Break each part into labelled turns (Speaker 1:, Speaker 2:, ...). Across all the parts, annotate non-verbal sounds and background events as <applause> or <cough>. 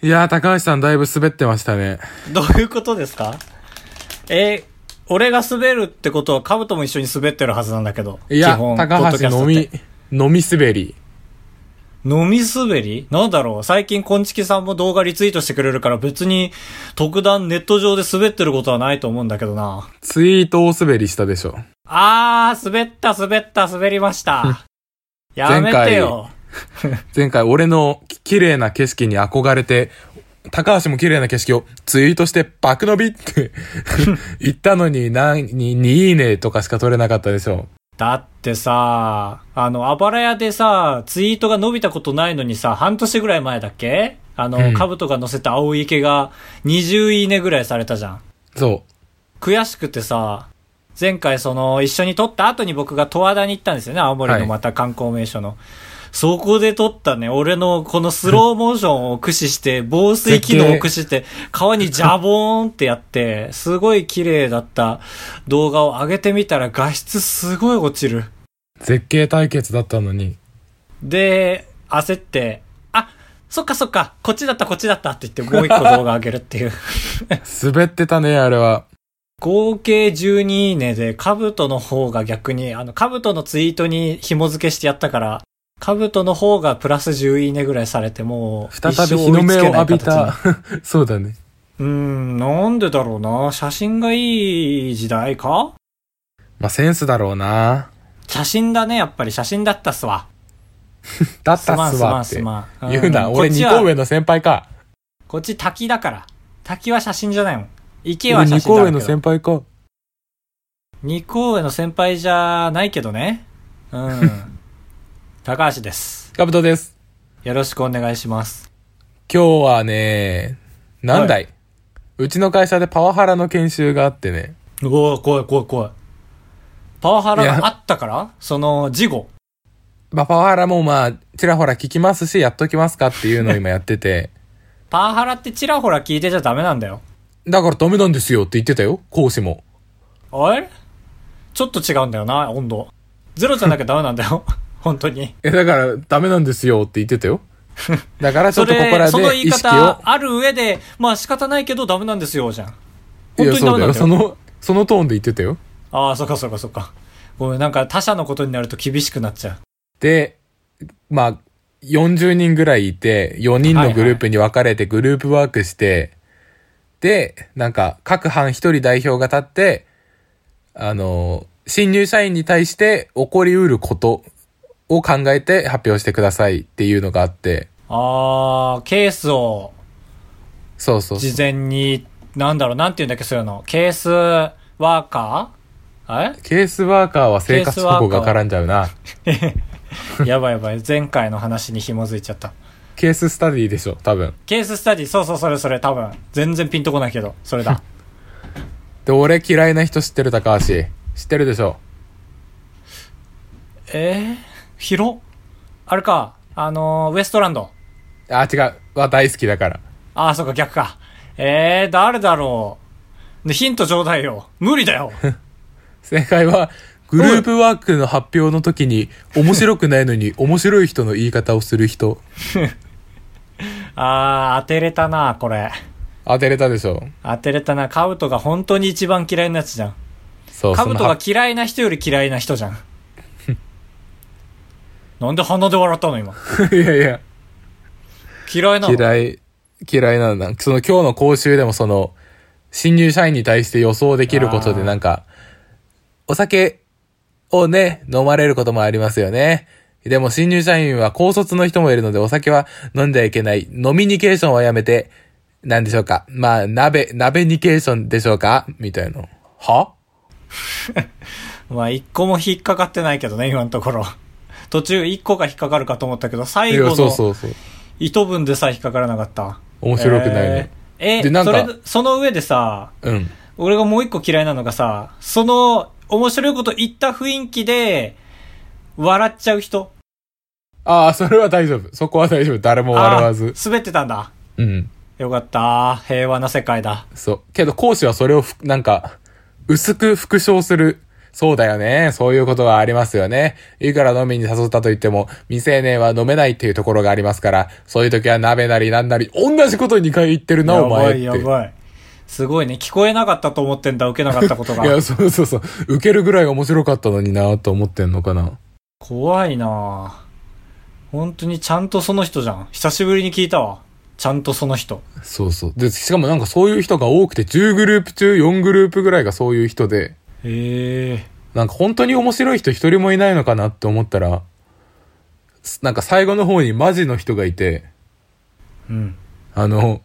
Speaker 1: いやー、高橋さんだいぶ滑ってましたね。
Speaker 2: どういうことですかえー俺が滑るってことは、カブトも一緒に滑ってるはずなんだけど。
Speaker 1: いや、
Speaker 2: 基本
Speaker 1: 高橋の。
Speaker 2: ポッド
Speaker 1: み
Speaker 2: キャス、
Speaker 1: のみ滑り。
Speaker 2: トって飲み滑りなんだろう最近、こんちきさんも動画リツイートしてくれるから、別に、特段ネット上で滑ってることはないと思うんだけどな。
Speaker 1: ツイートを滑りしたでしょ。
Speaker 2: あー、滑った、滑った、滑りました。やめてよ。
Speaker 1: 前回俺のき綺麗な景色に憧れて、高橋も綺麗な景色をツイートして爆伸びって
Speaker 2: <laughs>
Speaker 1: 言ったのに、なに、にいいねとかしか取れなかったでしょ。
Speaker 2: だってさ、あの、あばら屋でさ、ツイートが伸びたことないのにさ、半年ぐらい前だっけあの、
Speaker 1: うん
Speaker 2: カブトが載せた青池が20いいねぐらいされたじゃん。
Speaker 1: そ
Speaker 2: 悔しくてさ、前回その、一緒に撮った後に僕が十和田に行ったんですよね、青森
Speaker 1: は
Speaker 2: の
Speaker 1: い
Speaker 2: また観光名所の。そこで撮ったね、俺のこのスローモーションを駆使して、防水機能を駆使して、川にジャボーンってやって、すごい綺麗だった動画を上げてみたら画質すごい落ちる。
Speaker 1: う。絶景対決だったのに。
Speaker 2: で、焦って、あ、そっかそっか、こっちだったこっちだったって言ってもう一個動画上げるっていう。 <laughs>
Speaker 1: 滑ってたね、あれは。
Speaker 2: 合計12いいねで、カブトの方が逆に、あの、カブトのツイートに紐付けしてやったから、カブトの方がプラス10いいねぐらいされてもう、
Speaker 1: 再
Speaker 2: 一生
Speaker 1: び
Speaker 2: 追
Speaker 1: 日
Speaker 2: い
Speaker 1: の
Speaker 2: つ
Speaker 1: 目を
Speaker 2: けない
Speaker 1: 浴びた <laughs>
Speaker 2: 形に。 <laughs>
Speaker 1: そうだね。
Speaker 2: うーん、なんでだろうな。写真がいい時代か
Speaker 1: まあ、センスだろうな。
Speaker 2: 写真だね、やっぱり写真だったっすわ。
Speaker 1: だっ
Speaker 2: すま
Speaker 1: たっ
Speaker 2: ん
Speaker 1: す
Speaker 2: すま
Speaker 1: わ
Speaker 2: ん
Speaker 1: っ
Speaker 2: す
Speaker 1: て。
Speaker 2: まん。
Speaker 1: 言うな、
Speaker 2: ん
Speaker 1: 俺
Speaker 2: こっち
Speaker 1: 2
Speaker 2: は
Speaker 1: 個上の先輩か。
Speaker 2: こっち滝だから。滝は写真じゃないもん。池
Speaker 1: 俺
Speaker 2: は写
Speaker 1: 2
Speaker 2: 真
Speaker 1: 個
Speaker 2: だ
Speaker 1: 上
Speaker 2: けど
Speaker 1: の先輩か。
Speaker 2: 二個上の先輩じゃないけどね。
Speaker 1: <laughs>
Speaker 2: うん。高橋です。
Speaker 1: カブトです。
Speaker 2: よろしくお願いします。
Speaker 1: 今日はね、何台、うちの会社でパワハラの研修があってね。
Speaker 2: うわ怖い怖い怖い。パワハラ
Speaker 1: いや
Speaker 2: があったからその、事後。
Speaker 1: まあ、パワハラもまあ、ちらほら聞きますし、やっときますかっていうのを今やってて。 <laughs>
Speaker 2: パワハラってちらほら聞いてちゃダメなんだよ。
Speaker 1: だからダメなんですよって言ってたよ、講師も。
Speaker 2: あれちょっと違うんだよな、温度。ゼロじゃなきゃダメなんだよ。 <laughs> 本当に。
Speaker 1: え、だからダメなんですよって言ってたよ。だからちょ
Speaker 2: そ
Speaker 1: っとここ
Speaker 2: れ、
Speaker 1: ら
Speaker 2: その言
Speaker 1: で
Speaker 2: い
Speaker 1: 意識を。
Speaker 2: 方ある上で、まあ仕方ないけどダメなんですよ、じゃん。
Speaker 1: い
Speaker 2: 本
Speaker 1: や、
Speaker 2: 当に
Speaker 1: そ
Speaker 2: ダ
Speaker 1: う
Speaker 2: メ
Speaker 1: だ
Speaker 2: な
Speaker 1: よ。
Speaker 2: んだよ
Speaker 1: そ。の、そのトーンで言ってたよ。
Speaker 2: ああ、そっかそっかそっか。ごめん、なんか他者のことになると厳しくなっちゃう。
Speaker 1: で、まあ、40人ぐらいいて、4人のグループに分かれてグループワークして、で、なんか、各班1人代表が立って、あの、新入社員に対して起こりうることを考えて発表してくださいっていうのがあって、
Speaker 2: ああ、ケースを
Speaker 1: そうそうそう
Speaker 2: 事前に、なんだろう、なんて言うんだっけ、そういうの。ケースワーカー
Speaker 1: ケースワーカーは生活保護が絡んじゃうな。
Speaker 2: えやばいやばい。前回の話に紐づいちゃった。
Speaker 1: ケーススタディでしょ、多分。
Speaker 2: ケーススタディ、そうそう、それそれ、多分。全然ピンとこないけど、それだ。
Speaker 1: で、俺嫌いな人知ってる高橋。知ってるでしょ。
Speaker 2: えー、広っあれか、あのーウエストランド。
Speaker 1: あ、違う。は大好きだから。
Speaker 2: ああ、そっか、逆か。えー、誰だろう。でヒントちょうだいよ。無理だよ。
Speaker 1: 正解は、グループワークの発表の時に、面白くないのに、面白い人の言い方をする人。
Speaker 2: あー、当てれたな、これ。
Speaker 1: 当てれたでしょ
Speaker 2: 当てれたな。カブトが本当に一番嫌いなやつじゃん。
Speaker 1: そう、
Speaker 2: カ
Speaker 1: そ
Speaker 2: ブ
Speaker 1: の
Speaker 2: トが
Speaker 1: は
Speaker 2: 嫌いな人より嫌いな人じゃ
Speaker 1: <laughs>
Speaker 2: ん。なんで鼻で笑ったの今。
Speaker 1: いやいや、
Speaker 2: 嫌いなの
Speaker 1: 嫌い、嫌いなんだ。その今日の講習でもその、新入社員に対して予想できることで
Speaker 2: あー
Speaker 1: なんか、お酒をね、飲まれることもありますよね。でも新入社員は高卒の人もいるのでお酒は飲んではいけない。飲みニケーションはやめて、なんでしょうか。まあ、鍋、鍋ニケーションでしょうかみたいな。は
Speaker 2: まあ一個も引っかかってないけどね、今のところ。途中一個が引っかかるかと思ったけど、
Speaker 1: い
Speaker 2: 最
Speaker 1: や、
Speaker 2: 後
Speaker 1: そう
Speaker 2: の
Speaker 1: そうそう。
Speaker 2: 糸分でさえ引っかからなかった。
Speaker 1: 面白くないね。
Speaker 2: えー。え
Speaker 1: でなんか
Speaker 2: それ、その上でさ、
Speaker 1: うん。
Speaker 2: 俺がもう一個嫌いなのがさ、その、面白いこと言った雰囲気で、笑っちゃう人。
Speaker 1: ああ、それは大丈夫。そこは大丈夫。誰も笑わず
Speaker 2: あ。ー滑ってたんだ。
Speaker 1: うん。
Speaker 2: よかった。平和な世界だ。
Speaker 1: そう。けど講師はそれをふ、なんか、薄く復唱する。そうだよね。そういうことはありますよね。いくら飲みに誘ったと言っても、未成年は飲めないっていうところがありますから、そういう時は鍋なりなんなり、同じこと2回言ってるな、
Speaker 2: や
Speaker 1: お前っ
Speaker 2: ば
Speaker 1: て。
Speaker 2: いやばい。すごいね。聞こえなかったと思ってんだ、受けなかったことが
Speaker 1: <laughs> い。や、そうそうそう。受けるぐらい面白かったのになと思ってんのかな。
Speaker 2: 怖いなぁ本当にちゃんとその人じゃん。久しぶりに聞いたわ。ちゃんとその人。
Speaker 1: そうそう。で、しかもなんかそういう人が多くて、10グループ中4グループぐらいがそういう人で、
Speaker 2: へえ。
Speaker 1: なんか本当に面白い人一人もいないのかなって思ったら、すなんか最後の方にマジの人がいて、
Speaker 2: うん。
Speaker 1: あの、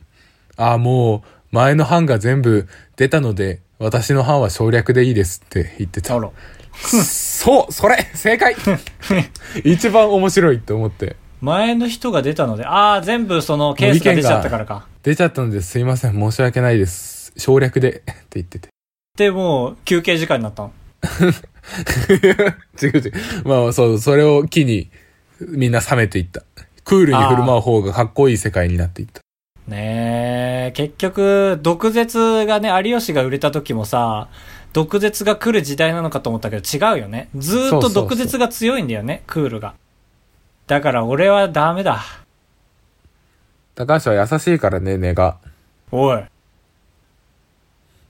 Speaker 1: あもう、前の班が全部出たので、私の班は省略でいいですって言って
Speaker 2: あ
Speaker 1: た。
Speaker 2: ら。
Speaker 1: そうそれ正
Speaker 2: <laughs>
Speaker 1: 解一番面白いって思って。
Speaker 2: 前の人が出たので、ああ、全部そのケースが出ちゃったからか。
Speaker 1: 出ちゃったのですいません、申し訳ないです。省略でって言ってて。 <laughs>
Speaker 2: で、もう休憩時間になったの。
Speaker 1: 違う違う。まあそう、それを機にみんな冷めていった。クールに振る舞う方がかっこいい世界になっていった。
Speaker 2: ねえ、結局、毒舌がね、有吉が売れた時もさ、毒舌が来る時代なのかと思ったけど違うよね。ずーっ
Speaker 1: そ
Speaker 2: と
Speaker 1: うそうそう
Speaker 2: 毒舌が強いんだよね、クールが。だから俺はダメだ。
Speaker 1: 高橋は優しいからね、根が。
Speaker 2: おい。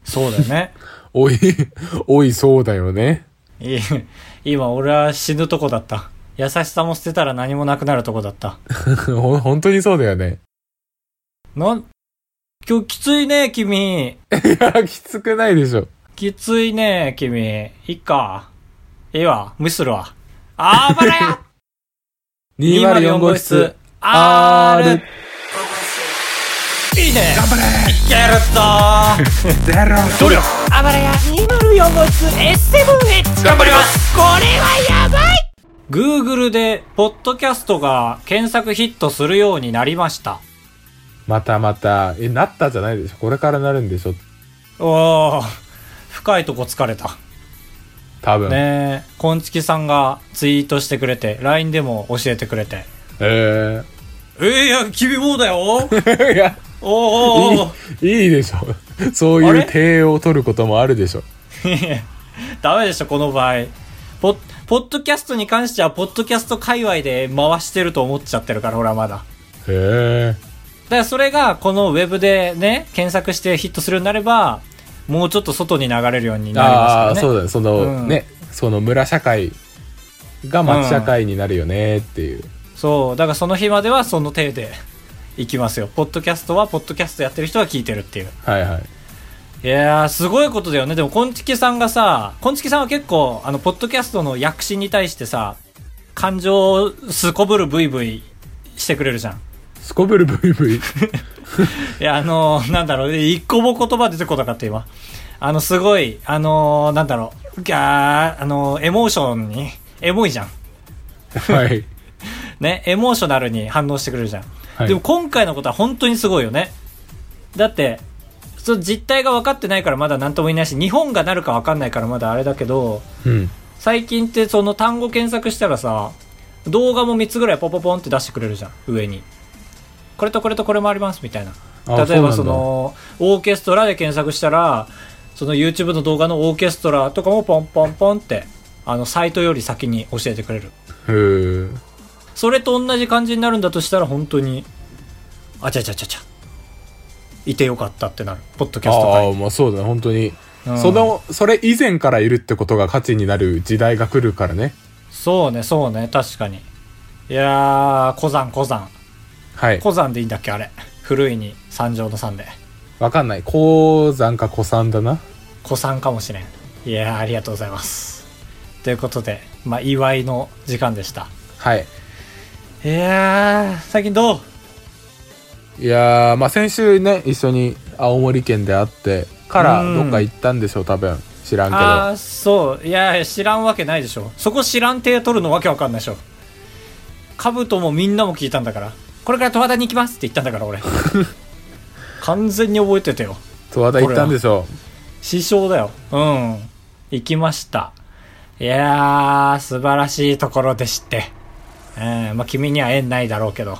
Speaker 2: そうだよね。
Speaker 1: おい、 <laughs> おい、そうだよね。 <laughs>
Speaker 2: い今俺は死ぬとこだった。優しさも捨てたら何もなくなるとこだった。
Speaker 1: ほ本当にそうだよね。 <laughs>
Speaker 2: なん、今日きついね、君。
Speaker 1: いや、きつくないでしょ。
Speaker 2: きついね、君。いいか。いいわ。無視するわ。あーばらや
Speaker 1: 204号室。
Speaker 2: R!
Speaker 1: R
Speaker 2: いいね頑張れいけるぞ
Speaker 1: ゼロ
Speaker 2: 努力あばらや204号室 S7H 頑張りますこれはやばい Google で、ポッドキャストが検索ヒットするようになりました。
Speaker 1: またまた、え、なったじゃないでしょ。これからなるんでしょ。
Speaker 2: おー、深いとこ疲れた。
Speaker 1: 多分。
Speaker 2: ねえ、こんちきさんがツイートしてくれて、LINE でも教えてくれて。
Speaker 1: え
Speaker 2: えー、いや、君もうだよおー
Speaker 1: ー。い <laughs> や、
Speaker 2: おーおー
Speaker 1: いい、いいでしょ。そう
Speaker 2: あ
Speaker 1: い
Speaker 2: れ
Speaker 1: う体を取ることもあるでしょ。
Speaker 2: ダメでしょ、この場合。ポポッドキャストに関しては、ポッドキャスト界隈で回してると思っちゃってるから、ほら、まだ。だか
Speaker 1: へえ。
Speaker 2: ら、それが、このウェブでね、検索してヒットするようになれば、もうちょっと外に流れるようになります
Speaker 1: ああ
Speaker 2: から
Speaker 1: ー、
Speaker 2: ね。
Speaker 1: そうだね。その、
Speaker 2: うん
Speaker 1: ね、その村社会が町社会になるよねっていう。
Speaker 2: そう。だから、その日までは、その体でいきますよ。ポッドキャストは、ポッドキャストやってる人は聞いてるっていう。
Speaker 1: はいはい。
Speaker 2: いやー、すごいことだよね。でも、こんちきさんがさ、こんちきさんは結構、あの、ポッドキャストの躍進に対してさ、感情をすこぶるブイブイしてくれるじゃん。
Speaker 1: すこぶるブイ
Speaker 2: <laughs>
Speaker 1: ブイ。
Speaker 2: いや、あのーなんだろう、一個も言葉出てこなかった、今。あの、すごい、あのーなんだろう、ギャー、あのーエモーションに、エモいじゃん。
Speaker 1: はい。
Speaker 2: ね、エモーショナルに反応してくれるじゃん。
Speaker 1: はい
Speaker 2: でも今回のことは本当にすごいよね。だって、その実態が分かってないからまだ何とも言えないし、日本がなるか分かんないからまだあれだけど、
Speaker 1: うん。
Speaker 2: 最近ってその単語検索したらさ、動画も3つぐらいポポポンって出してくれるじゃん、上に。これとこれとこれもありますみたいな。
Speaker 1: あ
Speaker 2: 例えばそ
Speaker 1: そうなんだ
Speaker 2: のオーケストラで検索したらその YouTube の動画のオーケストラとかもポンポンポンってあのサイトより先に教えてくれる
Speaker 1: へえ。
Speaker 2: それと同じ感じになるんだとしたら本当にあちゃちゃちゃちゃいてよかったってなるポッドキャスト
Speaker 1: あ
Speaker 2: 界
Speaker 1: あ、まあそうだね。本当に。
Speaker 2: うん
Speaker 1: その、それ以前からいるってことが価値になる時代が来るからね。
Speaker 2: そうねそうね確かにいやー古山古山
Speaker 1: はい。
Speaker 2: 古山でいいんだっけあれ古いに三条の三で
Speaker 1: わかんない。鉱山か古山だな。
Speaker 2: 古参かもしれんいやーありがとうございますということでまあ祝いの時間でした
Speaker 1: はい。
Speaker 2: いやー、最近どう
Speaker 1: いやー、まあ先週ね、一緒に青森県で会ってから
Speaker 2: うん
Speaker 1: どっか行ったんでしょう、多分。知らんけ
Speaker 2: あ
Speaker 1: ど。
Speaker 2: ー、そう。いやー、知らんわけないでしょ。そこ知らん手取るのわけわかんないでしょ。カブトもみんなも聞いたんだから。これから十和田に行きますって言ったんだから、 <laughs> 俺。完全に覚えてたよ。
Speaker 1: 十和田行ったんでしょ
Speaker 2: 師匠だよ。うん。行きました。いやー、素晴らしいところでして。うん、まあ、君には縁ないだろうけど。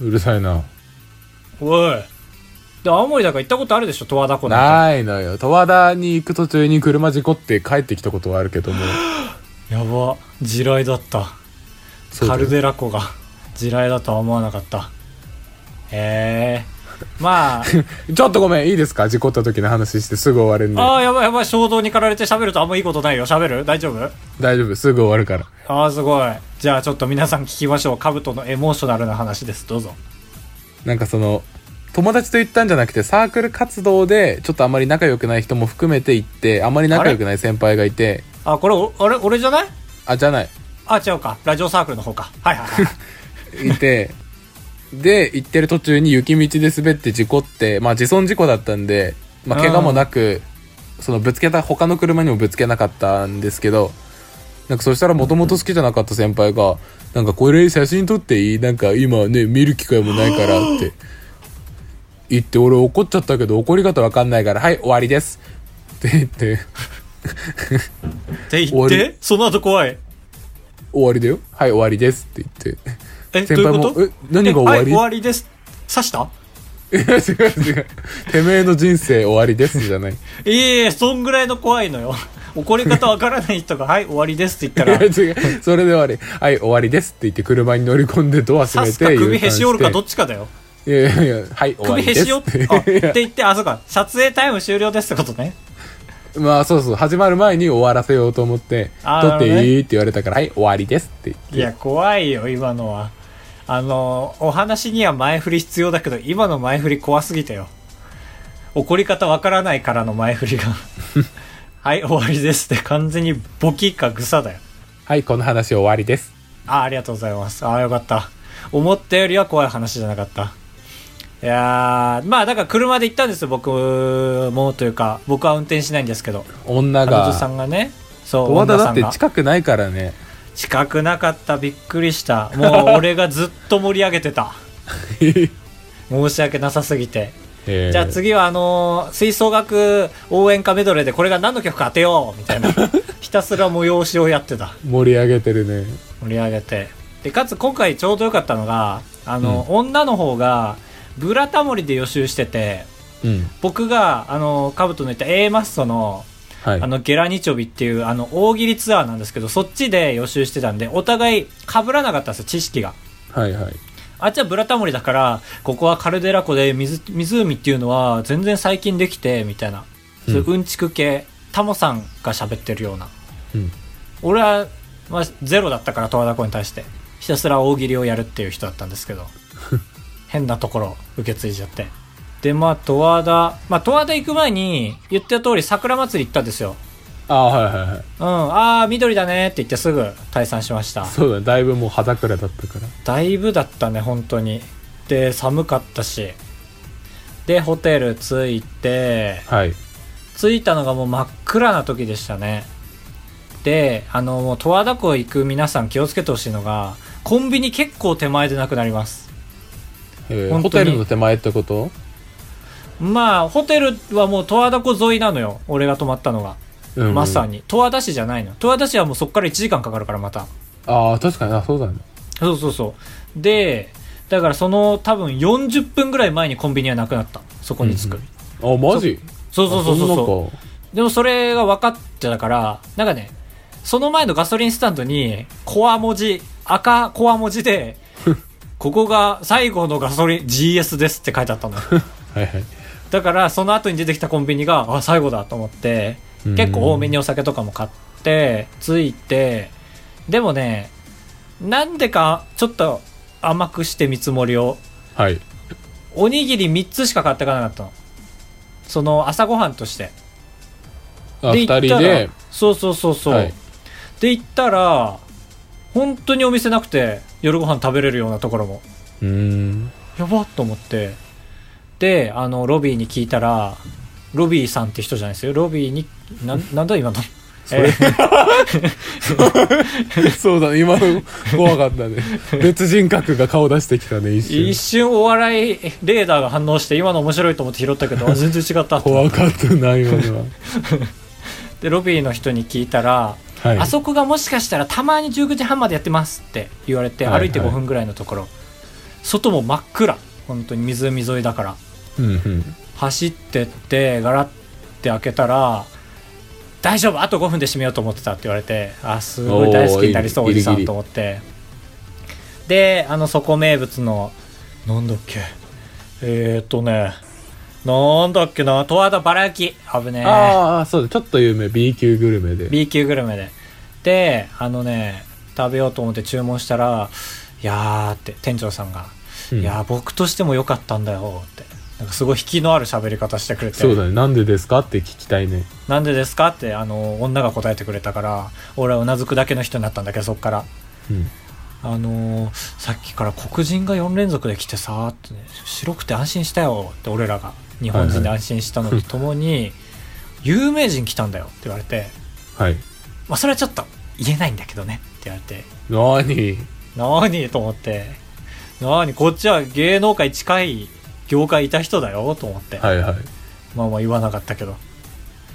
Speaker 1: う。うるさいな。
Speaker 2: おい。で青森だから行ったことあるでしょ十和田湖なんか
Speaker 1: ないのよ。十和田に行く途中に車事故って帰ってきたことはあるけども。
Speaker 2: やば地雷だった
Speaker 1: そうだ
Speaker 2: カ
Speaker 1: よ
Speaker 2: ルデラ湖が <laughs> 地雷だとは思わなかったへえ
Speaker 1: <laughs>
Speaker 2: まあ
Speaker 1: ちょっとごめん、いいですか事故った時の話してすぐ終わるんで。
Speaker 2: ああやばいやばい衝動に駆られて喋るとあんまいいことないよ喋る大丈夫
Speaker 1: 大丈夫、すぐ終わるから。
Speaker 2: ああすごいじゃあちょっと皆さん聞きましょうカブトのエモーショナルな話ですどうぞ
Speaker 1: なんかその、友達と行ったんじゃなくて、サークル活動で、ちょっとあまり仲良くない人も含めて行って、あまり仲良くない先輩がいて、
Speaker 2: あこれおあれ俺じゃない
Speaker 1: あ、じゃない、
Speaker 2: あ違うかラジオサークルの方かはいはいはい
Speaker 1: いて、 <laughs> で、行ってる途中に雪道で滑って事故って、まあ自損事故だったんで、まあ怪我もなく、そのぶつけた、他の車にもぶつけなかったんですけど、なんかそしたらもともと好きじゃなかった先輩が、なんかこれ写真撮っていいなんか今ね、見る機会もないからって。言って、俺怒っちゃったけど怒り方わかんないから、はい、終わりです。って言って、 <laughs>
Speaker 2: って言っ
Speaker 1: 終わ
Speaker 2: てその後怖い
Speaker 1: 終わりだよ。はい、終わりですって言って。 <laughs>
Speaker 2: えどう
Speaker 1: 先
Speaker 2: いう
Speaker 1: 輩
Speaker 2: こ
Speaker 1: も
Speaker 2: と
Speaker 1: え何が終わり
Speaker 2: えはい、終わりです刺した
Speaker 1: いや違う違う。てめえの人生終わりですじゃない。
Speaker 2: いえいえそんぐらいの怖いのよ怒り方わからない人が「はい終わりです」って言
Speaker 1: いや
Speaker 2: った
Speaker 1: <laughs>
Speaker 2: ら
Speaker 1: 違う。それで終わり。はい、終わりですって言って車に乗り込んでドア閉
Speaker 2: 刺
Speaker 1: め
Speaker 2: す
Speaker 1: て。
Speaker 2: か首へし折るかど
Speaker 1: っ
Speaker 2: っちかだよ
Speaker 1: いやいやいや、はい、終わり
Speaker 2: 首へ
Speaker 1: です。
Speaker 2: し折ってあって言ってあそうか撮影タイム終了ですってことね
Speaker 1: <laughs> まあそうそう、始まる前に終わらせようと思って、
Speaker 2: あー
Speaker 1: 撮ってい
Speaker 2: なるほどね
Speaker 1: いって言われたから、はい、終わりですって言って。
Speaker 2: いや怖いよ今のはあのお話には前振り必要だけど今の前振り怖すぎたよ怒り方わからないからの前振
Speaker 1: <laughs>
Speaker 2: りがはい終わりですって完全にボキかグサだよ
Speaker 1: はい、この話終わりです。
Speaker 2: あありがとうございます。ああ、よかった。思ったよりは怖い話じゃなかった。いやー、まあ、だから車で行ったんですよ、僕もというか、僕は運転しないんですけど、
Speaker 1: 女
Speaker 2: 彼女さ
Speaker 1: が。
Speaker 2: んがね、そう、
Speaker 1: 十和田
Speaker 2: 女
Speaker 1: だ
Speaker 2: さ
Speaker 1: っ
Speaker 2: ん
Speaker 1: て
Speaker 2: が。
Speaker 1: 近くないから
Speaker 2: <laughs>
Speaker 1: ね。
Speaker 2: 近くなかった、びっくりした。もう俺がずっと盛り上げてた。 <laughs> 申し訳なさすぎて。
Speaker 1: えー
Speaker 2: じゃあ次はあのー吹奏楽応援歌メドレーでこれが何の曲か当てようみた
Speaker 1: <laughs>
Speaker 2: いなひたすら催しをやってた
Speaker 1: 盛り上げてるね。
Speaker 2: 盛り上げてでかつ今回ちょうど良かったのがあの、女の方が「ブラタモリ」で予習してて
Speaker 1: うん。
Speaker 2: 僕があのカブトの言った A マッソの
Speaker 1: はい
Speaker 2: あ。のゲラニチョビっていうあの大喜利ツアーなんですけどそっちで予習してたんでお互い被らなかったんですよ知識が
Speaker 1: はいはい。
Speaker 2: あっちはブラタモリだからここはカルデラ湖で水湖っていうのは全然最近できてみたいな、そういううんちく系タモさんが喋ってるような
Speaker 1: うん。
Speaker 2: 俺は、まあ、ゼロだったから十和田湖に対してひたすら大喜利をやるっていう人だったんです <laughs> けど変なところを受け継いじゃってでまあ十和田まあ十和田行く前に言った通り桜祭り行ったんですよ
Speaker 1: ああ、はいはいはい。
Speaker 2: うんああ緑だねって言ってすぐ退散しました
Speaker 1: そうだね。だいぶもう葉桜だったから。
Speaker 2: だいぶだったね本当にで寒かったしでホテル着いて
Speaker 1: はい。
Speaker 2: 着いたのがもう真っ暗な時でしたねであのもう十和田湖行く皆さん気をつけてほしいのがコンビニ結構手前でなくなります
Speaker 1: えー
Speaker 2: 本当に
Speaker 1: ホテルの手前ってこと
Speaker 2: まあホテルはもう十和田湖沿いなのよ俺が泊まったのが、
Speaker 1: うん
Speaker 2: まさに十和田市じゃないの十和田市はもうそっから1時間かかるからまた
Speaker 1: ああ、確かに、あ、そうだね。
Speaker 2: そうそうそうでだからその多分40分ぐらい前にコンビニはなくなったそこに着く、
Speaker 1: うんあ、マジ
Speaker 2: そうそうそうそうそう
Speaker 1: そ
Speaker 2: でもそれが分かってたから、なんかね、その前のガソリンスタンドに、コア文字、赤コア文字で、ここが最後のガソリン GS ですって書いてあったの。
Speaker 1: うなんか。はいはい。
Speaker 2: だから、その後に出てきたコンビニが、あ、最後だと思って、
Speaker 1: うん
Speaker 2: 結構多めにお酒とかも買って、ついて、でもね、なんでか、ちょっと甘くして見積もりを、
Speaker 1: はい。
Speaker 2: おにぎり3つしか買ってかなかったの。その、朝ごはんとして。
Speaker 1: あ、二
Speaker 2: 行った
Speaker 1: 人
Speaker 2: ら
Speaker 1: で、
Speaker 2: そうそうそうそう、
Speaker 1: はい
Speaker 2: で行ったら本当にお店なくて夜ご飯食べれるようなところも
Speaker 1: うーん。 <laughs>
Speaker 2: やばっと思ってであのロビーに聞いたらロビーさんって人じゃないですよロビーに
Speaker 1: <laughs>
Speaker 2: なんなんだ今のえー
Speaker 1: そうだね、今の怖かった
Speaker 2: <laughs>
Speaker 1: ね。別人格が顔出してきたね、一
Speaker 2: 一
Speaker 1: 瞬。
Speaker 2: 瞬お笑いレーダーが反応して今の面白いと思って拾ったけどあ全然違ったって
Speaker 1: 怖かったな、今
Speaker 2: <laughs>
Speaker 1: のは。
Speaker 2: でロビーの人に聞いたら、
Speaker 1: はい。
Speaker 2: あそこがもしかしたらたまに19時半までやってますって言われて
Speaker 1: はいは
Speaker 2: 歩
Speaker 1: い
Speaker 2: いて5分ぐらいのところ、外も真っ暗本当に湖沿いだから
Speaker 1: うんうん。
Speaker 2: 走ってってガラッて開けたら「大丈夫あと5分で閉めようと思ってた」って言われてあすごい大好きになりそう
Speaker 1: おー
Speaker 2: おじさ
Speaker 1: ギリギリ
Speaker 2: んと思ってであのそこ名物のなんだっけえー、っとねなんだっけな十和田バラ焼き危ねえ
Speaker 1: ああ、そうだ。ちょっと有名。B 級グルメで。
Speaker 2: B 級グルメでであのね食べようと思って注文したら「いやー」って店長さんが「
Speaker 1: うん
Speaker 2: いやー僕としても良かったんだよ」ってなんかすごい引きのある喋り方してくれて
Speaker 1: そうだね。なんでですかって聞きたいね。
Speaker 2: なんでですかってあの女が答えてくれたから俺はうなずくだけの人になったんだけどそっから
Speaker 1: うん。
Speaker 2: あのーさっきから黒人が4連続で来てさーってね、白くて安心したよって俺らが日本人で安心したのとともに、有名人来たんだよって言われて、
Speaker 1: はい。
Speaker 2: まあ、それはちょっと言えないんだけどねって言われて
Speaker 1: なに
Speaker 2: なーにと思ってなーにこっちは芸能界近い業界いた人だよと思って、
Speaker 1: はいはい。
Speaker 2: まあまあ言わなかったけど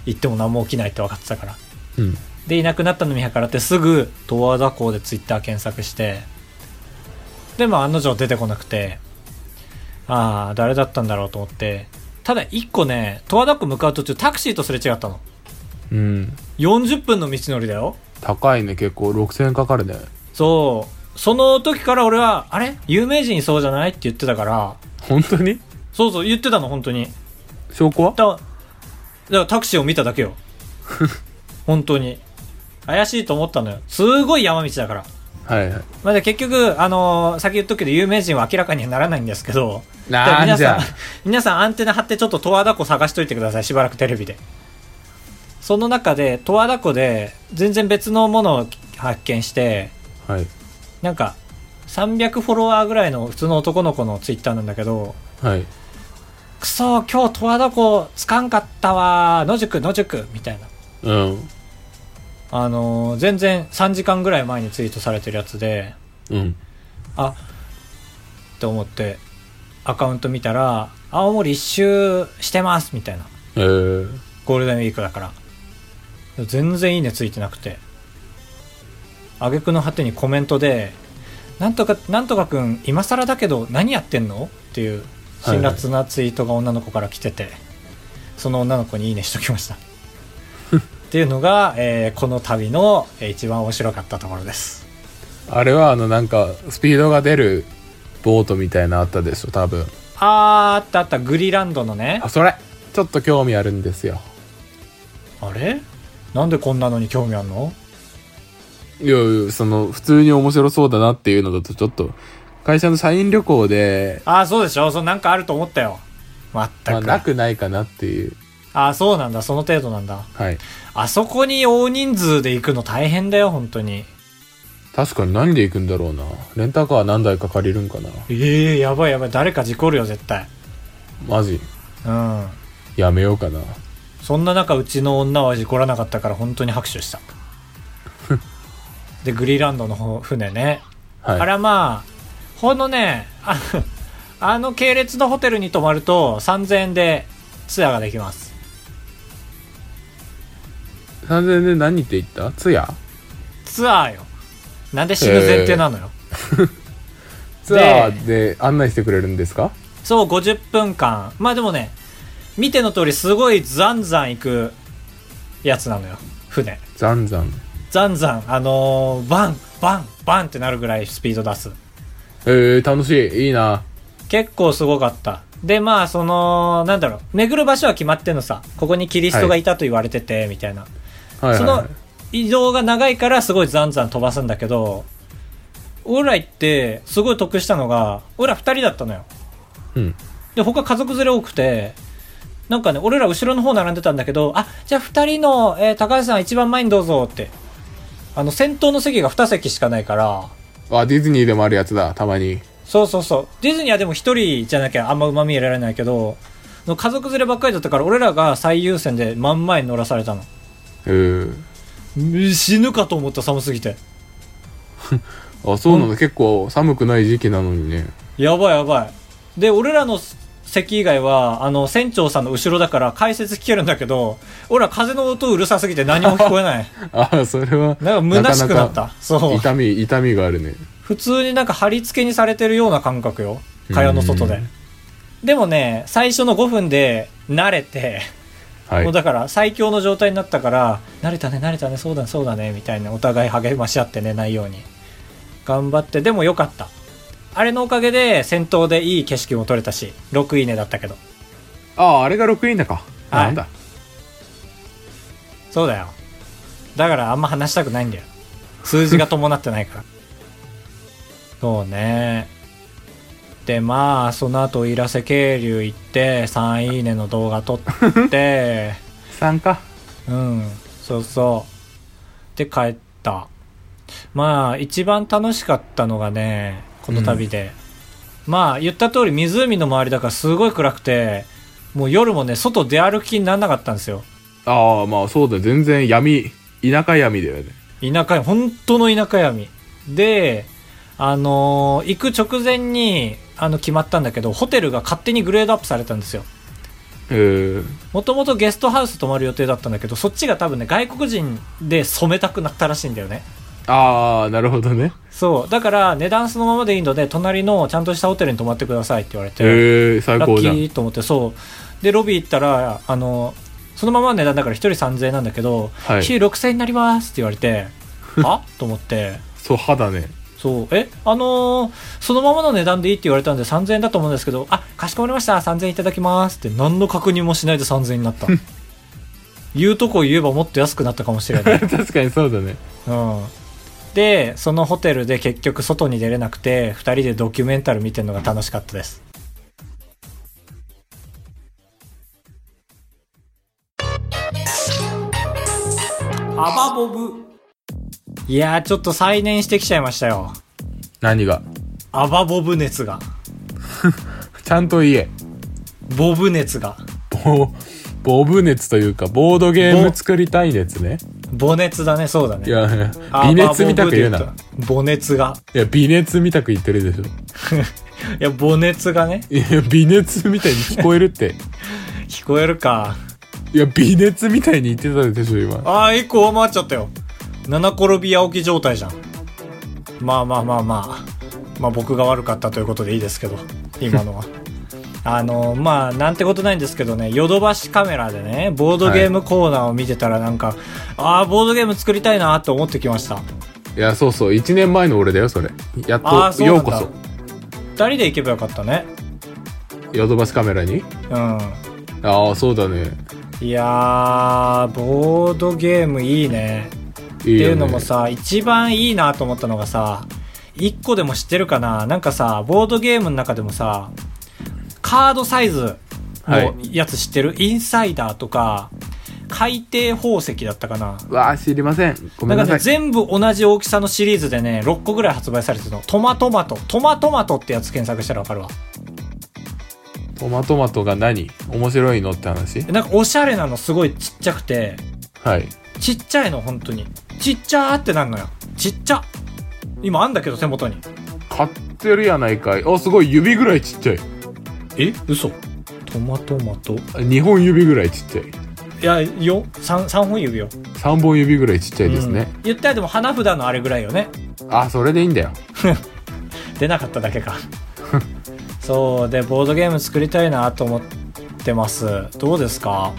Speaker 2: 言っても何も起きないって分かってたから
Speaker 1: うん。
Speaker 2: でいなくなったの見計らってすぐ十和田港でツイッター検索してでも案の定出てこなくてああ誰だったんだろうと思ってただ一個ね十和田湖向かう途中タクシーとすれ違ったの
Speaker 1: うん。
Speaker 2: 40分の道のりだよ
Speaker 1: 高いね。結構6000円かかるね。
Speaker 2: そうその時から俺はあれ有名人いそうじゃないって言ってたから
Speaker 1: 本当に
Speaker 2: そうそう言ってたの本当に
Speaker 1: 証拠は
Speaker 2: だだからタクシーを見ただけ
Speaker 1: <laughs>
Speaker 2: よ本当に怪しいと思ったのよすごい山道だから
Speaker 1: はいはい。
Speaker 2: まあ、で結局、あのー先言っとくけど、有名人は明らかにはならないんですけど、
Speaker 1: な
Speaker 2: 皆
Speaker 1: んじ
Speaker 2: さ
Speaker 1: ゃ
Speaker 2: ん。、 <laughs> 皆さんアンテナ張ってちょっと十和田湖探しといてください、しばらくテレビで。その中で、十和田湖で、全然別のものを発見して、
Speaker 1: はい。
Speaker 2: なんか、300フォロワーぐらいの普通の男の子のツイッターなんだけど、
Speaker 1: はい。
Speaker 2: くそー、今日十和田湖つかんかったわー、野宿、野宿、みたいな。
Speaker 1: うん。
Speaker 2: あのー全然3時間ぐらい前にツイートされてるやつで、
Speaker 1: うん。
Speaker 2: あって思ってアカウント見たら「青森一周してます」みたいな
Speaker 1: えー。
Speaker 2: ゴールデンウィークだから全然いいねついてなくて挙句の果てにコメントで「なんとかなんとかくん今更だけど何やってんの?」っていう辛辣なツイートが女の子から来てて、その女の子に「いいね」しときました
Speaker 1: <laughs>
Speaker 2: っていうのが、えーこの旅の、えー一番面白かったところです
Speaker 1: あれはあのなんかスピードが出るボートみたいなのあったでしょ多分
Speaker 2: あーあったあったグリランドのね
Speaker 1: あそれちょっと興味あるんですよ
Speaker 2: あれなんでこんなのに興味あんの
Speaker 1: いやいやその普通に面白そうだなっていうのだとちょっと会社の社員旅行で、
Speaker 2: ああ、そうでしょそう、なんかあると思ったよ。まった
Speaker 1: まあ、
Speaker 2: く。
Speaker 1: なくないかなっていう
Speaker 2: ああ、そうなんだ。その程度なんだ。
Speaker 1: はい
Speaker 2: あそこに大人数で行くの大変だよ、本当に。
Speaker 1: 確かに何で行くんだろうなレンタカー何台か借りるんかな
Speaker 2: ええやばいやばい。誰か事故るよ、絶対。
Speaker 1: マジ
Speaker 2: うん。
Speaker 1: やめようかな
Speaker 2: そんな中、うちの女は事故らなかったから、本当に拍手した。で、グリランドの方船ね。
Speaker 1: はい
Speaker 2: あれはまあ、ほんのね、あのあの系列のホテルに泊まると、3000円でツアーができます。
Speaker 1: 3000円で何って言ったツヤ
Speaker 2: ツアーよなんで死ぬ前提なのよ、
Speaker 1: ツアーで案内してくれるんですか
Speaker 2: そう50分間まあでもね見ての通りすごいザンザン行くやつなのよ船
Speaker 1: ザンザン
Speaker 2: ザンザンあのーバンバンバンってなるぐらいスピード出す
Speaker 1: えー、楽しいいいな
Speaker 2: 結構すごかったでまあそのなんだろう巡る場所は決まってんのさここにキリストがいたと言われてて、みたいな
Speaker 1: はいはい、
Speaker 2: そ
Speaker 1: は
Speaker 2: の移動が長いからすごいザンザン飛ばすんだけど俺ら行ってすごい得したのが俺ら2人だったのよ
Speaker 1: い、うん
Speaker 2: で他家族連れ多くてなんかね俺ら後ろの方並んでたんだけどあじゃあ2人の、えー高橋さん一番前にどうぞってあの先頭の席が2席しかないから
Speaker 1: あディズニーでもあるやつだたまに
Speaker 2: そうそうそうディズニーはでも1人じゃなきゃあんまうまみ入れられないけどの家族連ればっかりだったから俺らが最優先で真ん前に乗らされたの
Speaker 1: えー、
Speaker 2: うん死ぬかと思った寒すぎて
Speaker 1: あそうなの、結構寒くない時期なのにね
Speaker 2: やばいやばいで俺らの席以外はあの船長さんの後ろだから解説聞けるんだけど俺ら風の音うるさすぎて何も聞こえない
Speaker 1: あそれは
Speaker 2: なんか虚しくなった
Speaker 1: か
Speaker 2: そう
Speaker 1: 痛み痛みがあるね
Speaker 2: 普通になんか貼り付けにされてるような感覚よ蚊帳の外で
Speaker 1: うん
Speaker 2: でもね、最初の5分で慣れて、
Speaker 1: はい
Speaker 2: もう。だから最強の状態になったから、慣れたね、慣れたね、そうだね、そうだね、みたいな、お互い励まし合って寝ないように。頑張って、でもよかった。あれのおかげで、戦闘でいい景色も撮れたし、6いいねだったけど。
Speaker 1: ああ、あれが6位だか。
Speaker 2: はい
Speaker 1: なんだ。
Speaker 2: そうだよ。だからあんま話したくないんだよ。数字が伴ってないから。そうね。で、まあ、その後、いらせ渓流行って、3いいねの動画撮って、
Speaker 1: 3か。
Speaker 2: うん、そうそう。で、帰った。まあ、一番楽しかったのがね、この旅で。まあ、言った通り湖の周りだからすごい暗くて、もう夜もね、外出歩き気にならなかったんですよ。
Speaker 1: ああ、まあそうだ。全然闇、田舎闇だよね。
Speaker 2: 田舎本当の田舎闇であのー行く直前にあの決まったんだけどホテルが勝手にグレードアップされたんですよ
Speaker 1: うーん。
Speaker 2: もともとゲストハウス泊まる予定だったんだけどそっちが多分ね外国人で染めたくなったらしいんだよね
Speaker 1: ああ、なるほどね。
Speaker 2: そうだから値段そのままでいいので隣のちゃんとしたホテルに泊まってくださいって言われて、
Speaker 1: へえ、最
Speaker 2: ラッ
Speaker 1: 高
Speaker 2: キ
Speaker 1: じゃん。
Speaker 2: ーと思ってそうでロビー行ったらあのそのままの値段だから1人3000円なんだけど「
Speaker 1: はい
Speaker 2: 日6000円になります」って言われて <laughs> 「は?」と思って
Speaker 1: そう、歯だね。 <laughs>
Speaker 2: そう、え、あのーそのままの値段でいいって言われたんで3000円だと思うんですけど、あ、かしこまりました、3000円いただきますって何の確認もしないで3000円になった。言うとこ言えばもっと安くなったかもしれ
Speaker 1: <laughs>
Speaker 2: ない。
Speaker 1: 確かにそうだね。
Speaker 2: うん。で、そのホテルで結局外に出れなくて、2人でドキュメンタル見てるのが楽しかったです。アバボブいやーちょっと再燃してきちゃいましたよ。
Speaker 1: 何が。
Speaker 2: アバボブ熱が。
Speaker 1: ちゃんと言え。
Speaker 2: ボブ熱が。
Speaker 1: ボ、ボブ熱というか、ボードゲーム作りたい熱ね。
Speaker 2: ボ熱だね、そうだ
Speaker 1: い
Speaker 2: ね。
Speaker 1: や、いや
Speaker 2: アバ
Speaker 1: 微
Speaker 2: ボブ
Speaker 1: 熱みたく言う
Speaker 2: で
Speaker 1: な。
Speaker 2: 言うと。ボ熱が。
Speaker 1: いや、微熱みたく言ってるでしょ。
Speaker 2: いや、ボ熱がね、
Speaker 1: いや、微熱みたいに聞こえるって。
Speaker 2: 聞こえるか。
Speaker 1: いや、微熱みたいに言ってたでしょ、今。
Speaker 2: あー、一個上回っちゃったよ。七転び八起き状態じゃん。まあまあまあまあ。まあ僕が悪かったということでいいですけど、今のは。 <laughs> あのまあなんてことないんですけどねヨドバシカメラでねボードゲームコーナーを見てたらなんか、ああボードゲーム作りたいなと思ってきました
Speaker 1: いや、そうそう、1年前の俺だよ、それ。やっ
Speaker 2: ああ
Speaker 1: と、
Speaker 2: そうな
Speaker 1: よ
Speaker 2: ん
Speaker 1: うこ
Speaker 2: だ
Speaker 1: そ。
Speaker 2: 2人で行けばよかったね
Speaker 1: ヨドバシカメラに
Speaker 2: うん
Speaker 1: ああ、そうだね。
Speaker 2: いやー、ボードゲームいいね。
Speaker 1: いいよね
Speaker 2: っていうのも。さ、一番いいなと思ったのがさ、一個でも知ってるかななんかさ、ボードゲームの中でもさ、カードサイズのやつ知ってる、インサイダーとか、海底宝石だったかな
Speaker 1: うわあ、知りません。ごめ
Speaker 2: なんんか
Speaker 1: な
Speaker 2: ね、
Speaker 1: さい。
Speaker 2: 全部同じ大きさのシリーズでね、6個ぐらい発売されてるの。トマトマト。トマトマトってやつ検索したらわかるわ。
Speaker 1: トマトマトが何面白いのって話
Speaker 2: なんかおしゃれなのすごいちっちゃくて、
Speaker 1: はい。
Speaker 2: ちっちゃいの、本当に。ちっちゃーってなんのよ。ちっちゃ。今あんだけど、手元に。
Speaker 1: 買ってるやないかい。あ、すごい、指ぐらいちっちゃい。
Speaker 2: え嘘トマトマト
Speaker 1: あ2本指ぐらいちっちゃい。
Speaker 2: いや、よ、3、三本指よ。
Speaker 1: 3本指ぐらいちっちゃいですね。
Speaker 2: うん言ったらでも花札のあれぐらいよね。
Speaker 1: あ、それでいいんだよ。
Speaker 2: 出なかっただけか。そう、で、ボードゲーム作りたいなと思ってます。どうですか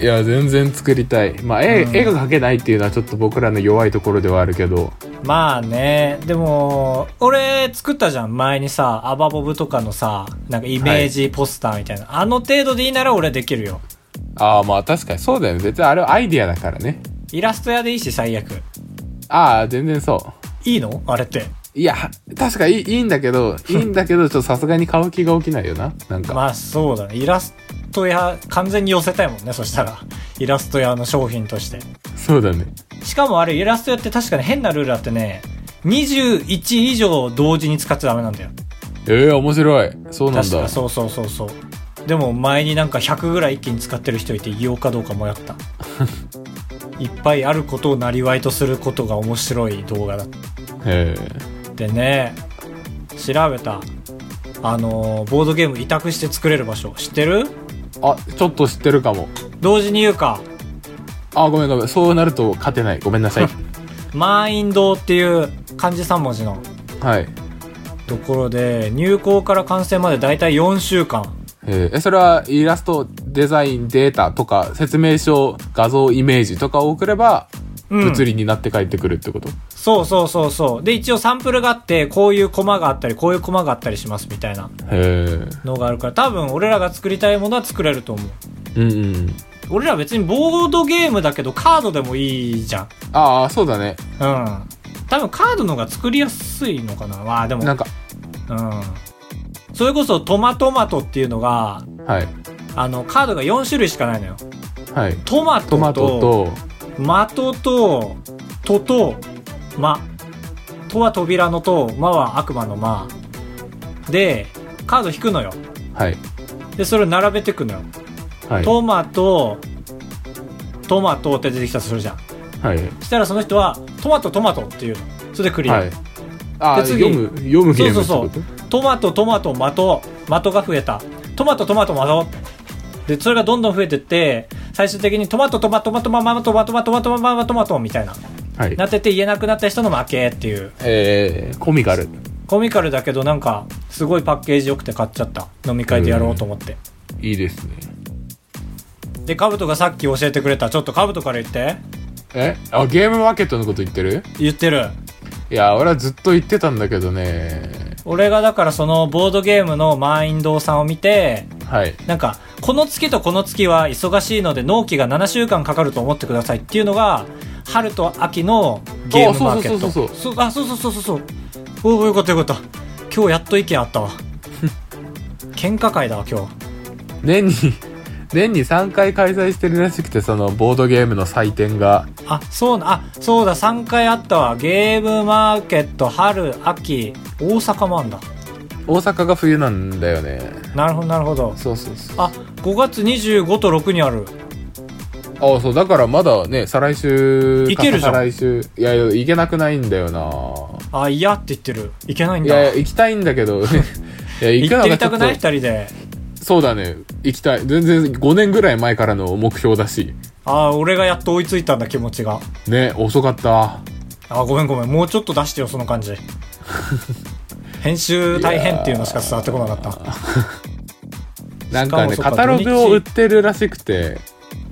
Speaker 1: いや、全然作りたい。まあ、絵、
Speaker 2: うん
Speaker 1: 絵が描けないっていうのはちょっと僕らの弱いところではあるけど。
Speaker 2: まあね、でも、俺作ったじゃん。前にさ、アバボブとかのさ、なんかイメージポスターみたいな。あの程度でいいなら俺できるよ。
Speaker 1: ああ、まあ確かにそうだよね。絶対あれはアイディアだからね。
Speaker 2: イラスト屋でいいし、最悪。
Speaker 1: ああ、全然そ
Speaker 2: いいのあれって。
Speaker 1: う。いや、確かいいいいんだけど、いいんだけ <laughs> ど、ちょっとさすがに買う気が起きないよな。なんか。
Speaker 2: まあそうだね。イラストや、完全に寄せたいもんね、そしたら。イラスト屋の商品として。
Speaker 1: そうだね。
Speaker 2: しかもあれ、イラスト屋って確かに変なルールあってね、21以上同時に使っちゃダメなんだよ。
Speaker 1: ええ面白い。そうなん
Speaker 2: 確
Speaker 1: だ
Speaker 2: か。そうそうそうそう。でも前になんか100ぐらい一気に使ってる人いて、言おうかどうか迷った。
Speaker 1: <laughs>
Speaker 2: いっぱいあることをなりわいとすることが面白い動画だっ
Speaker 1: え
Speaker 2: てね、調べた。あのーボードゲーム委託して作れる場所、知ってる
Speaker 1: えあ、ちょっと知ってるかも。
Speaker 2: 同時に言うか。
Speaker 1: あ、ごめんごめん。そうなると勝て <laughs> ない。ごめんなさい。
Speaker 2: 満員堂っていう漢字3文字の
Speaker 1: はい。
Speaker 2: ところで、入校から完成までだいたい4週間。
Speaker 1: えーえそれはイラストデザインデータとか説明書画像イメージとかを送れば
Speaker 2: うん
Speaker 1: 物理になって帰ってくるってこと、
Speaker 2: そうそうそうそう。で、一応サンプルがあって、こういうコマがあったり、こういうコマがあったりしますみたいな
Speaker 1: へ
Speaker 2: のがあるから、多分俺らが作りたいものは作れると思う。
Speaker 1: えうんうん
Speaker 2: 俺ら別にボードゲームだけど、カードでもいいじゃん。
Speaker 1: ああそうだね
Speaker 2: うん。多分カードの方が作りやすいのかな。まあでも、
Speaker 1: なんか
Speaker 2: うん。それこそトマトマトっていうのが、
Speaker 1: はい
Speaker 2: あの、カードが4種類しかないのよ。
Speaker 1: はい
Speaker 2: トマトと、
Speaker 1: トマトと
Speaker 2: マトと、トと、マ。とは扉のと、マは悪魔のマ。で、カード引くのよ。
Speaker 1: はい
Speaker 2: で、それを並べていくのよ。
Speaker 1: はい
Speaker 2: トマト、トマトって出てきたとするじゃん。
Speaker 1: はい
Speaker 2: したらその人は、トマトトマトっていうの。それでクリア。
Speaker 1: はいああ
Speaker 2: で次
Speaker 1: 読む読むゲームってこと
Speaker 2: そうそうトマトトマト的的が増えたトマトトマト的でそれがどんどん増えてって最終的にトマトトマトマトママトマトマトマトマトマトマトみたいな
Speaker 1: はい
Speaker 2: なってて言えなくなった人の負けっていう
Speaker 1: えー、コミカル
Speaker 2: コミカルだけどなんかすごいパッケージ良くて買っちゃった飲み会でやろうと思って
Speaker 1: いいですね
Speaker 2: でカブトがさっき教えてくれたちょっとカブトから言って
Speaker 1: えあゲームマーケットのこと言ってる
Speaker 2: 言ってる
Speaker 1: いや俺はずっと言ってたんだけどね
Speaker 2: 俺がだからそのボードゲームのマインドさんを見て
Speaker 1: はい
Speaker 2: なんか、この月とこの月は忙しいので納期が7週間かかると思ってくださいっていうのが、春と秋のゲームマーケット。
Speaker 1: あそうそう
Speaker 2: そうあ、そうそうそうそうそう。おお、よかったよかった。今日やっと意見
Speaker 1: <laughs>
Speaker 2: あったわ。喧嘩会だわ、今日。
Speaker 1: 年に <laughs> 年に3回開催してるらしくてそのボードゲームの祭典が
Speaker 2: あ、そうな、あ、そうだ、3回あったわ。ゲームマーケット、春、秋、大阪もあんだ。
Speaker 1: 大阪が冬なんだよね
Speaker 2: なるほど、なるほど。
Speaker 1: そうそうそう
Speaker 2: あ、5月25と6にある。
Speaker 1: あそうだからまだね再来週
Speaker 2: いけるじゃん
Speaker 1: か再来週いやいや行けなくないんだよな
Speaker 2: あ、嫌って言ってる。いけないん
Speaker 1: い
Speaker 2: だ。
Speaker 1: やいや行きたいんだけ
Speaker 2: <laughs>
Speaker 1: どいや行
Speaker 2: 行
Speaker 1: く
Speaker 2: ってみ
Speaker 1: のがち
Speaker 2: た
Speaker 1: ょ
Speaker 2: く
Speaker 1: っ
Speaker 2: ない
Speaker 1: と
Speaker 2: 二人で。
Speaker 1: そうだね行きたい全然5年ぐらい前からの目標だし
Speaker 2: あー俺がやっと追いついたんだ気持ちが
Speaker 1: ね遅かった
Speaker 2: あーごめんごめんもうちょっと出してよその
Speaker 1: <laughs>
Speaker 2: 感じ編集大変っていうのしか伝わってこなかったあ
Speaker 1: なんかね
Speaker 2: しかもそっか
Speaker 1: カタログ
Speaker 2: 土
Speaker 1: を
Speaker 2: 日
Speaker 1: 売ってるらしくて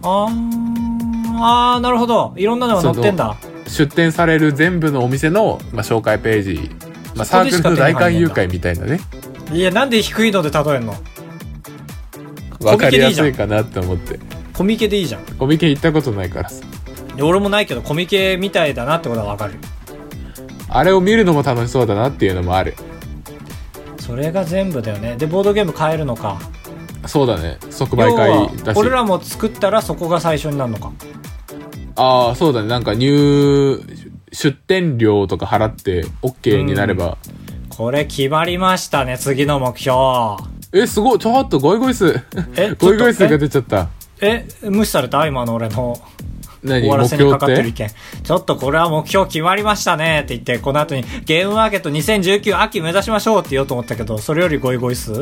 Speaker 2: あーあーなるほどいろんなのが載ってんだ
Speaker 1: 出店される全部のお店の、まあ、紹介ページ、まあ、
Speaker 2: そ
Speaker 1: サ
Speaker 2: こ
Speaker 1: ー
Speaker 2: で
Speaker 1: ク
Speaker 2: し
Speaker 1: ル
Speaker 2: か
Speaker 1: の
Speaker 2: 手に
Speaker 1: 大
Speaker 2: 入んないんだ
Speaker 1: 勧誘会みたいなね
Speaker 2: いやなんで低いので例えんの
Speaker 1: わかりや
Speaker 2: コミケ
Speaker 1: す
Speaker 2: でい
Speaker 1: い
Speaker 2: いじ
Speaker 1: かなって思って
Speaker 2: ゃんコミケでいいじゃん
Speaker 1: コミケ行ったことないからさ
Speaker 2: で俺もないけどコミケみたいだなってことはわかる
Speaker 1: あれを見るのも楽しそうだなっていうのもある
Speaker 2: それが全部だよねでボードゲーム変えるのか
Speaker 1: そうだね即売
Speaker 2: 要は
Speaker 1: 会だし
Speaker 2: 俺らも作ったらそこが最初になるのか
Speaker 1: ああそうだねなんか入出店料とか払って OK になれば、
Speaker 2: これ決まりましたね次の目標
Speaker 1: えすごいちょっとゴイゴイス
Speaker 2: え
Speaker 1: <laughs> ゴイゴイス
Speaker 2: ちょ
Speaker 1: が
Speaker 2: っと
Speaker 1: 出ちゃった
Speaker 2: ええ無視された今の俺の
Speaker 1: 何
Speaker 2: 終わら
Speaker 1: 目
Speaker 2: せに
Speaker 1: 標
Speaker 2: か
Speaker 1: っ
Speaker 2: かってる
Speaker 1: て
Speaker 2: 意見。ちょっとこれは目標決まりましたねって言って、この後にゲームマーケット2019秋目指しましょうって言おうと思ったけど、それよりゴイゴイ
Speaker 1: <laughs>
Speaker 2: 数
Speaker 1: い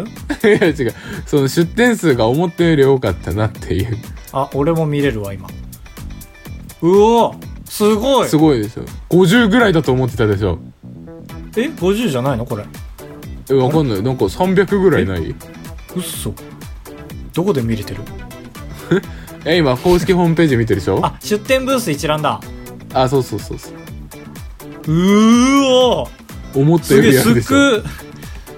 Speaker 1: や違うその出店数が思ったより多かったなっていう
Speaker 2: あ、俺も見れるわ、今。うおすごい
Speaker 1: すごいでしょ50ぐらいだと思ってたでしょ
Speaker 2: え ?50 じゃないのこれ。
Speaker 1: えわかんないなんか300ぐらいないう
Speaker 2: っそ。どこで見れてる
Speaker 1: え今公式ホームページ見てるでしょあ
Speaker 2: あ、出店ブース一覧だ。
Speaker 1: そうそうそうそう
Speaker 2: うーお
Speaker 1: 思った
Speaker 2: す
Speaker 1: よ
Speaker 2: げえ、
Speaker 1: りやる
Speaker 2: ス
Speaker 1: でしょ
Speaker 2: ク、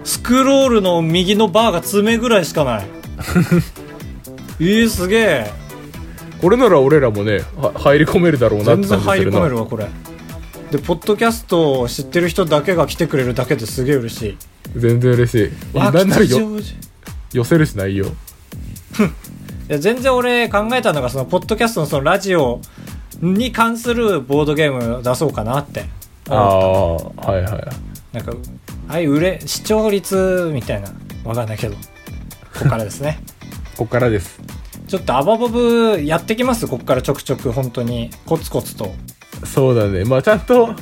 Speaker 2: スクロールの右のバーが爪ぐらいしかない。えー、すげえ。
Speaker 1: これなら俺らもねは入り込めるだろうなっ
Speaker 2: 全
Speaker 1: て感
Speaker 2: 然
Speaker 1: じす
Speaker 2: 入り
Speaker 1: るな
Speaker 2: 込めるわこれでポッドキャストを知ってる人だけが来てくれるだけですげえ嬉しい
Speaker 1: 全然嬉しい
Speaker 2: わ
Speaker 1: なんなら
Speaker 2: 吉
Speaker 1: よ
Speaker 2: 祥寺
Speaker 1: 寄せるしないよ
Speaker 2: いや全然俺考えたのがそのポッドキャストのそのラジオに関するボードゲーム出そうかなって
Speaker 1: ああはいはい
Speaker 2: なんかああいう売れ視聴率みたいなわかんないけどここからで
Speaker 1: <laughs>
Speaker 2: すね
Speaker 1: こっからです
Speaker 2: ちょっとアバボブやってきますここからちょくちょく本当にコツコツと
Speaker 1: そうだねまあちゃんと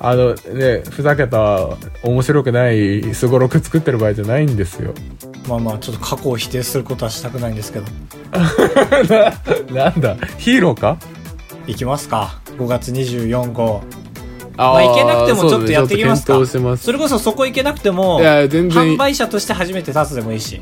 Speaker 1: あのねふざけた面白くないすごろく作ってる場合じゃないんですよ
Speaker 2: まあまあちょっと過去を否定することはしたくないんですけど
Speaker 1: ななんだヒーローか
Speaker 2: いきますか5月24号
Speaker 1: あー
Speaker 2: まあ、行けなくてもちょっとやっていきます
Speaker 1: ちょっと検
Speaker 2: か。
Speaker 1: 討してます
Speaker 2: それこそそこ行けなくても、
Speaker 1: いや全然
Speaker 2: 販売者として初めて立つでもいいし。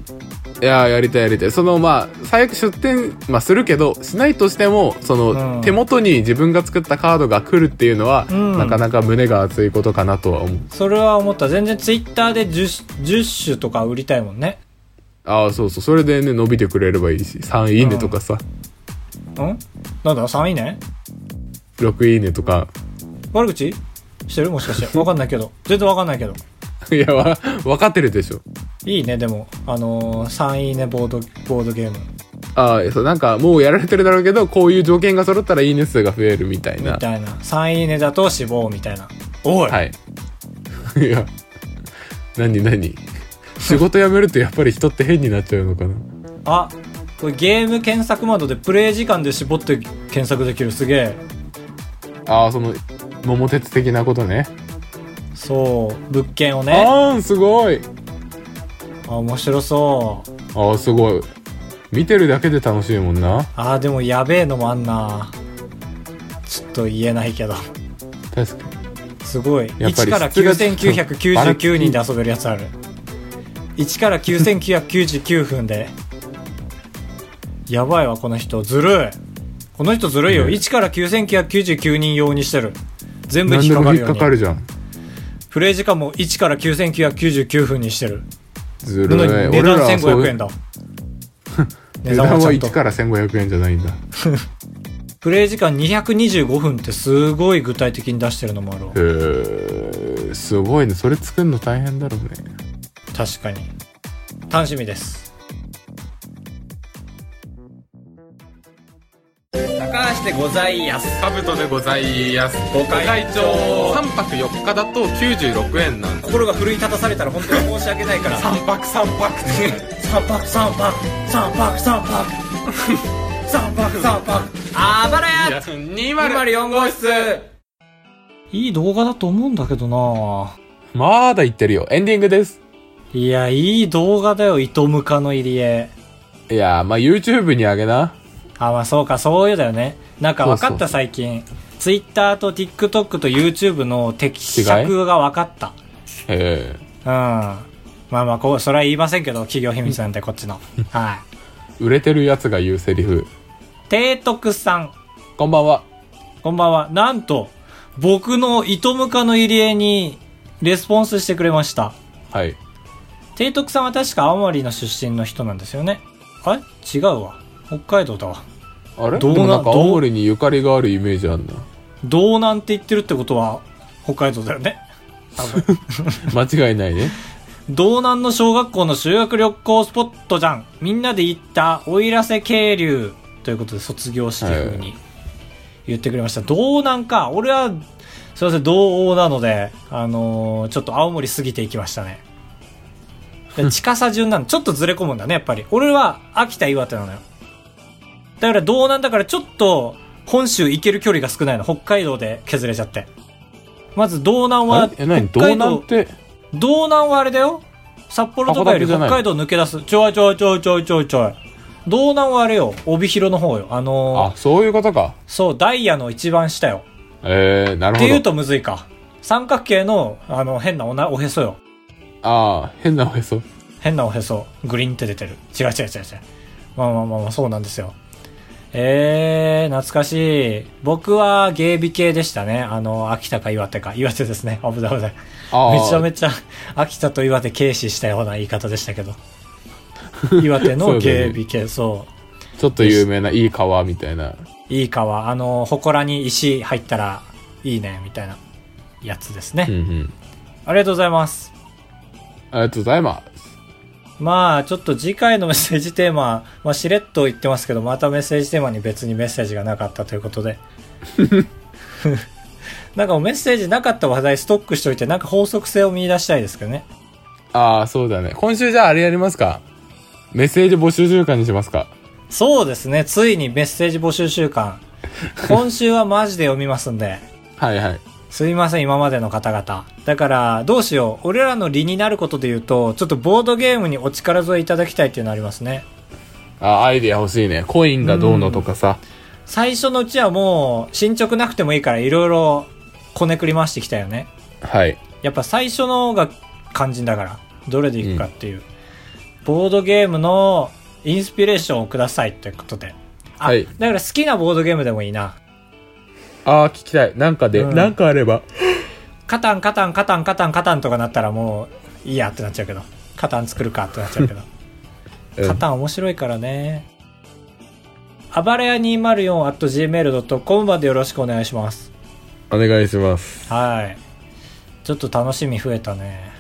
Speaker 1: いややりたいやりたいそのまあ最悪出店、まあ、するけどしないとしてもその、
Speaker 2: うん
Speaker 1: 手元に自分が作ったカードが来るっていうのは、
Speaker 2: うん
Speaker 1: なかなか胸が熱いことかなとは思う
Speaker 2: それは思った。全然ツイッターで 10, 10種とか売りたいもんね。
Speaker 1: ああそうそうそれでね伸びてくれればいいし3いいねとかさ、
Speaker 2: んなんだ ?3 位ね
Speaker 1: 6いいねとか <laughs>
Speaker 2: 悪口してるもしかして。わかんないけど。全然わかんないけど。
Speaker 1: いやわ分かってるでしょ
Speaker 2: いいね、でも。あのー、3いいねボード、ボードゲーム。
Speaker 1: ああそうなんかもうやられてるだろうけどこういう条件が揃ったらいいね数が増えるみたいな
Speaker 2: みたいな。3いいねだと死亡みたいな。おい、
Speaker 1: はいい <laughs> や何何 <laughs> 仕事辞めるとやっぱり人って変になっちゃうのかな
Speaker 2: あ、これゲーム検索窓でプレイ時間で絞って検索できる。すげえ。
Speaker 1: ああその桃鉄的なことね
Speaker 2: そう。物件をね。
Speaker 1: あーすごい
Speaker 2: あ、面白そう。
Speaker 1: ああすごい見てるだけで楽しいもんな
Speaker 2: あー、でもやべえのもあんな。ちょっと言えないけど。
Speaker 1: 確かに
Speaker 2: すごい。
Speaker 1: やっぱ
Speaker 2: 1
Speaker 1: り
Speaker 2: から
Speaker 1: 質が
Speaker 2: 9999人で遊べるやつある。1から9999分で。やばいわ、この人。ずるい。この人ずるいよ。
Speaker 1: ね
Speaker 2: 1から9999人用にしてる。全部
Speaker 1: 何
Speaker 2: 引
Speaker 1: で
Speaker 2: っか
Speaker 1: も
Speaker 2: かる
Speaker 1: 引っ
Speaker 2: よう
Speaker 1: か
Speaker 2: に。
Speaker 1: かるじゃん
Speaker 2: プレイ時間も1から9999分にしてる。
Speaker 1: ずる
Speaker 2: ないのに値段
Speaker 1: はそう
Speaker 2: 1500円だ。
Speaker 1: <laughs>
Speaker 2: 値
Speaker 1: 値
Speaker 2: 段
Speaker 1: 段
Speaker 2: は
Speaker 1: は
Speaker 2: ちゃん
Speaker 1: 1
Speaker 2: と。
Speaker 1: から1500円じゃないんだ
Speaker 2: プレイ時間225分ってすごい具体的に出してるのもあるわ
Speaker 1: へーすごいねそれ作るの大変だろうね
Speaker 2: 確かに。楽しみです。
Speaker 3: 高橋でございやす
Speaker 1: カブトでございますご
Speaker 2: 会長
Speaker 1: 3泊4日だと96円なん
Speaker 2: 心が奮い立たされたら本当に申し訳ないから三泊三泊三泊三泊三泊三泊三泊三泊あばらや
Speaker 1: 204号室
Speaker 2: いい動画だと思うんだけどな
Speaker 1: まだ言ってるよエンディングです
Speaker 2: いやいい動画だよ糸ムカの入り江
Speaker 1: いやーまあ YouTube にあげな
Speaker 2: あまあそうかそういうだよねなんか分か
Speaker 1: そ
Speaker 2: っ
Speaker 1: うそ
Speaker 2: た
Speaker 1: う
Speaker 2: 最近 Twitter と TikTok と YouTube の適尺が分かったうん
Speaker 1: へ
Speaker 2: まあまあこうそれは言いませんけど企業秘密なんでこっ
Speaker 1: <laughs>
Speaker 2: ちのはい
Speaker 1: ー売れてるやつが言うセリフ
Speaker 2: 提督さん
Speaker 1: こんばんは
Speaker 2: こんばんは。なんと、僕の糸ムカの入り江に、レスポンスしてくれました。
Speaker 1: はい
Speaker 2: 提督さんは確か青森の出身の人なんですよね。あれ違うわ。北海道だわ。
Speaker 1: あれ
Speaker 2: どうな
Speaker 1: でもなんか
Speaker 2: どう
Speaker 1: 青森にゆかりがあるイメージあんな
Speaker 2: 道南って言ってるってことは、北海道だよね。多分。
Speaker 1: 間違いないね
Speaker 2: 道南の小学校の修学旅行スポットじゃん。みんなで行った、おいらせ渓流。ということで、卒業式風に言ってくれました。道南か。俺は、すいません、道央なので、あのーちょっと青森過ぎていきましたね。で近さ順なの。ちょっとずれ込むんだね、やっぱり。俺は秋田、岩手なのよ。だから道南だからちょっと、本州行ける距離が少ないの。北海道で削れちゃって。まず道南
Speaker 1: あ
Speaker 2: は、
Speaker 1: れえ何
Speaker 2: 北
Speaker 1: 道
Speaker 2: 海道
Speaker 1: 南って
Speaker 2: 道南はあれだよ札幌とかより
Speaker 1: 函館じ
Speaker 2: 北
Speaker 1: ゃない
Speaker 2: 海道抜け出すちょいちょいちょいちょいちょいちょい道南はあれよ帯広の方よあのー
Speaker 1: あそういうことか
Speaker 2: そうダイヤの一番下よ
Speaker 1: えー、なるほ
Speaker 2: って
Speaker 1: ど
Speaker 2: いうとむずいか三角形のあの変なおなおへそよ
Speaker 1: ああ変なおへそ
Speaker 2: 変なおへそグリーンって出てる違う違う違う違うまあまあまあまあそうなんですよえー、懐かしい僕は芸美系でしたねあの秋田か岩手か岩手ですね危ない危ない
Speaker 1: あ
Speaker 2: めちゃ
Speaker 1: あ
Speaker 2: めちゃ秋田と岩手軽視したような言い方でしたけど岩手の芸美系そう,、
Speaker 1: ちょっと有名ないい川みたいない
Speaker 2: い川あの祠に石入ったらいいねみたいなやつですね、
Speaker 1: うんうん
Speaker 2: ありがとうございます
Speaker 1: ありがとうございます
Speaker 2: まあちょっと次回のメッセージテーマ、まあ、しれっと言ってますけどまたメッセージテーマに別にメッセージがなかったということ
Speaker 1: <laughs>
Speaker 2: でなんかもうメッセージなかった話題ストックしといてなんか法則性を見出したいですけどね
Speaker 1: ああそうだね今週じゃああれやりますかメッセージ募集週間にしますか
Speaker 2: そうですね。ついにメッセージ募集週間。
Speaker 1: <laughs>
Speaker 2: 今週はマジで読みますんで。
Speaker 1: はいはい
Speaker 2: すいません、今までの方々。だから、どうしよう。俺らの理になることで言うと、ちょっとボードゲームにお力添えいただきたいっていうのありますね。
Speaker 1: あアイディア欲しいねコインがどうのとかさ
Speaker 2: 最初のうちはもう、進捗なくてもいいから、いろいろこねくり回してきたよね。
Speaker 1: はい。
Speaker 2: やっぱ最初のが肝心だから、どれでいくかっていう。ボードゲームのインスピレーションをくださいということで。あ、
Speaker 1: はい
Speaker 2: だから好きなボードゲームでもいいな。
Speaker 1: ああ、聞きたい。なんかで、
Speaker 2: うん
Speaker 1: なんかあれば。
Speaker 2: カタンカタンカタンカタンカタンとかなったらもういいやってなっちゃうけど。カタン作るかってなっちゃうけど。
Speaker 1: <laughs> うん
Speaker 2: カタン面白いからね。あばれや 204.gmail.com までよろしくお願いします。
Speaker 1: お願いします。
Speaker 2: はい。ちょっと楽しみ増えたね。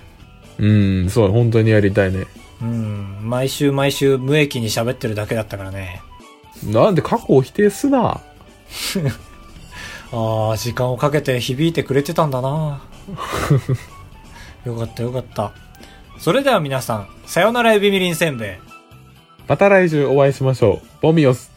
Speaker 1: うん、そう、本当にやりたいね。
Speaker 2: うん。毎週毎週無益に喋ってるだけだったからね。
Speaker 1: なんで過去を否定すな。
Speaker 2: ああ、時間をかけて響いてくれてたん
Speaker 1: <laughs>
Speaker 2: だな。よかったよかった。それでは皆さん、さよならエビみりんせんべい。
Speaker 1: また来週お会いしましょう。ボミオス。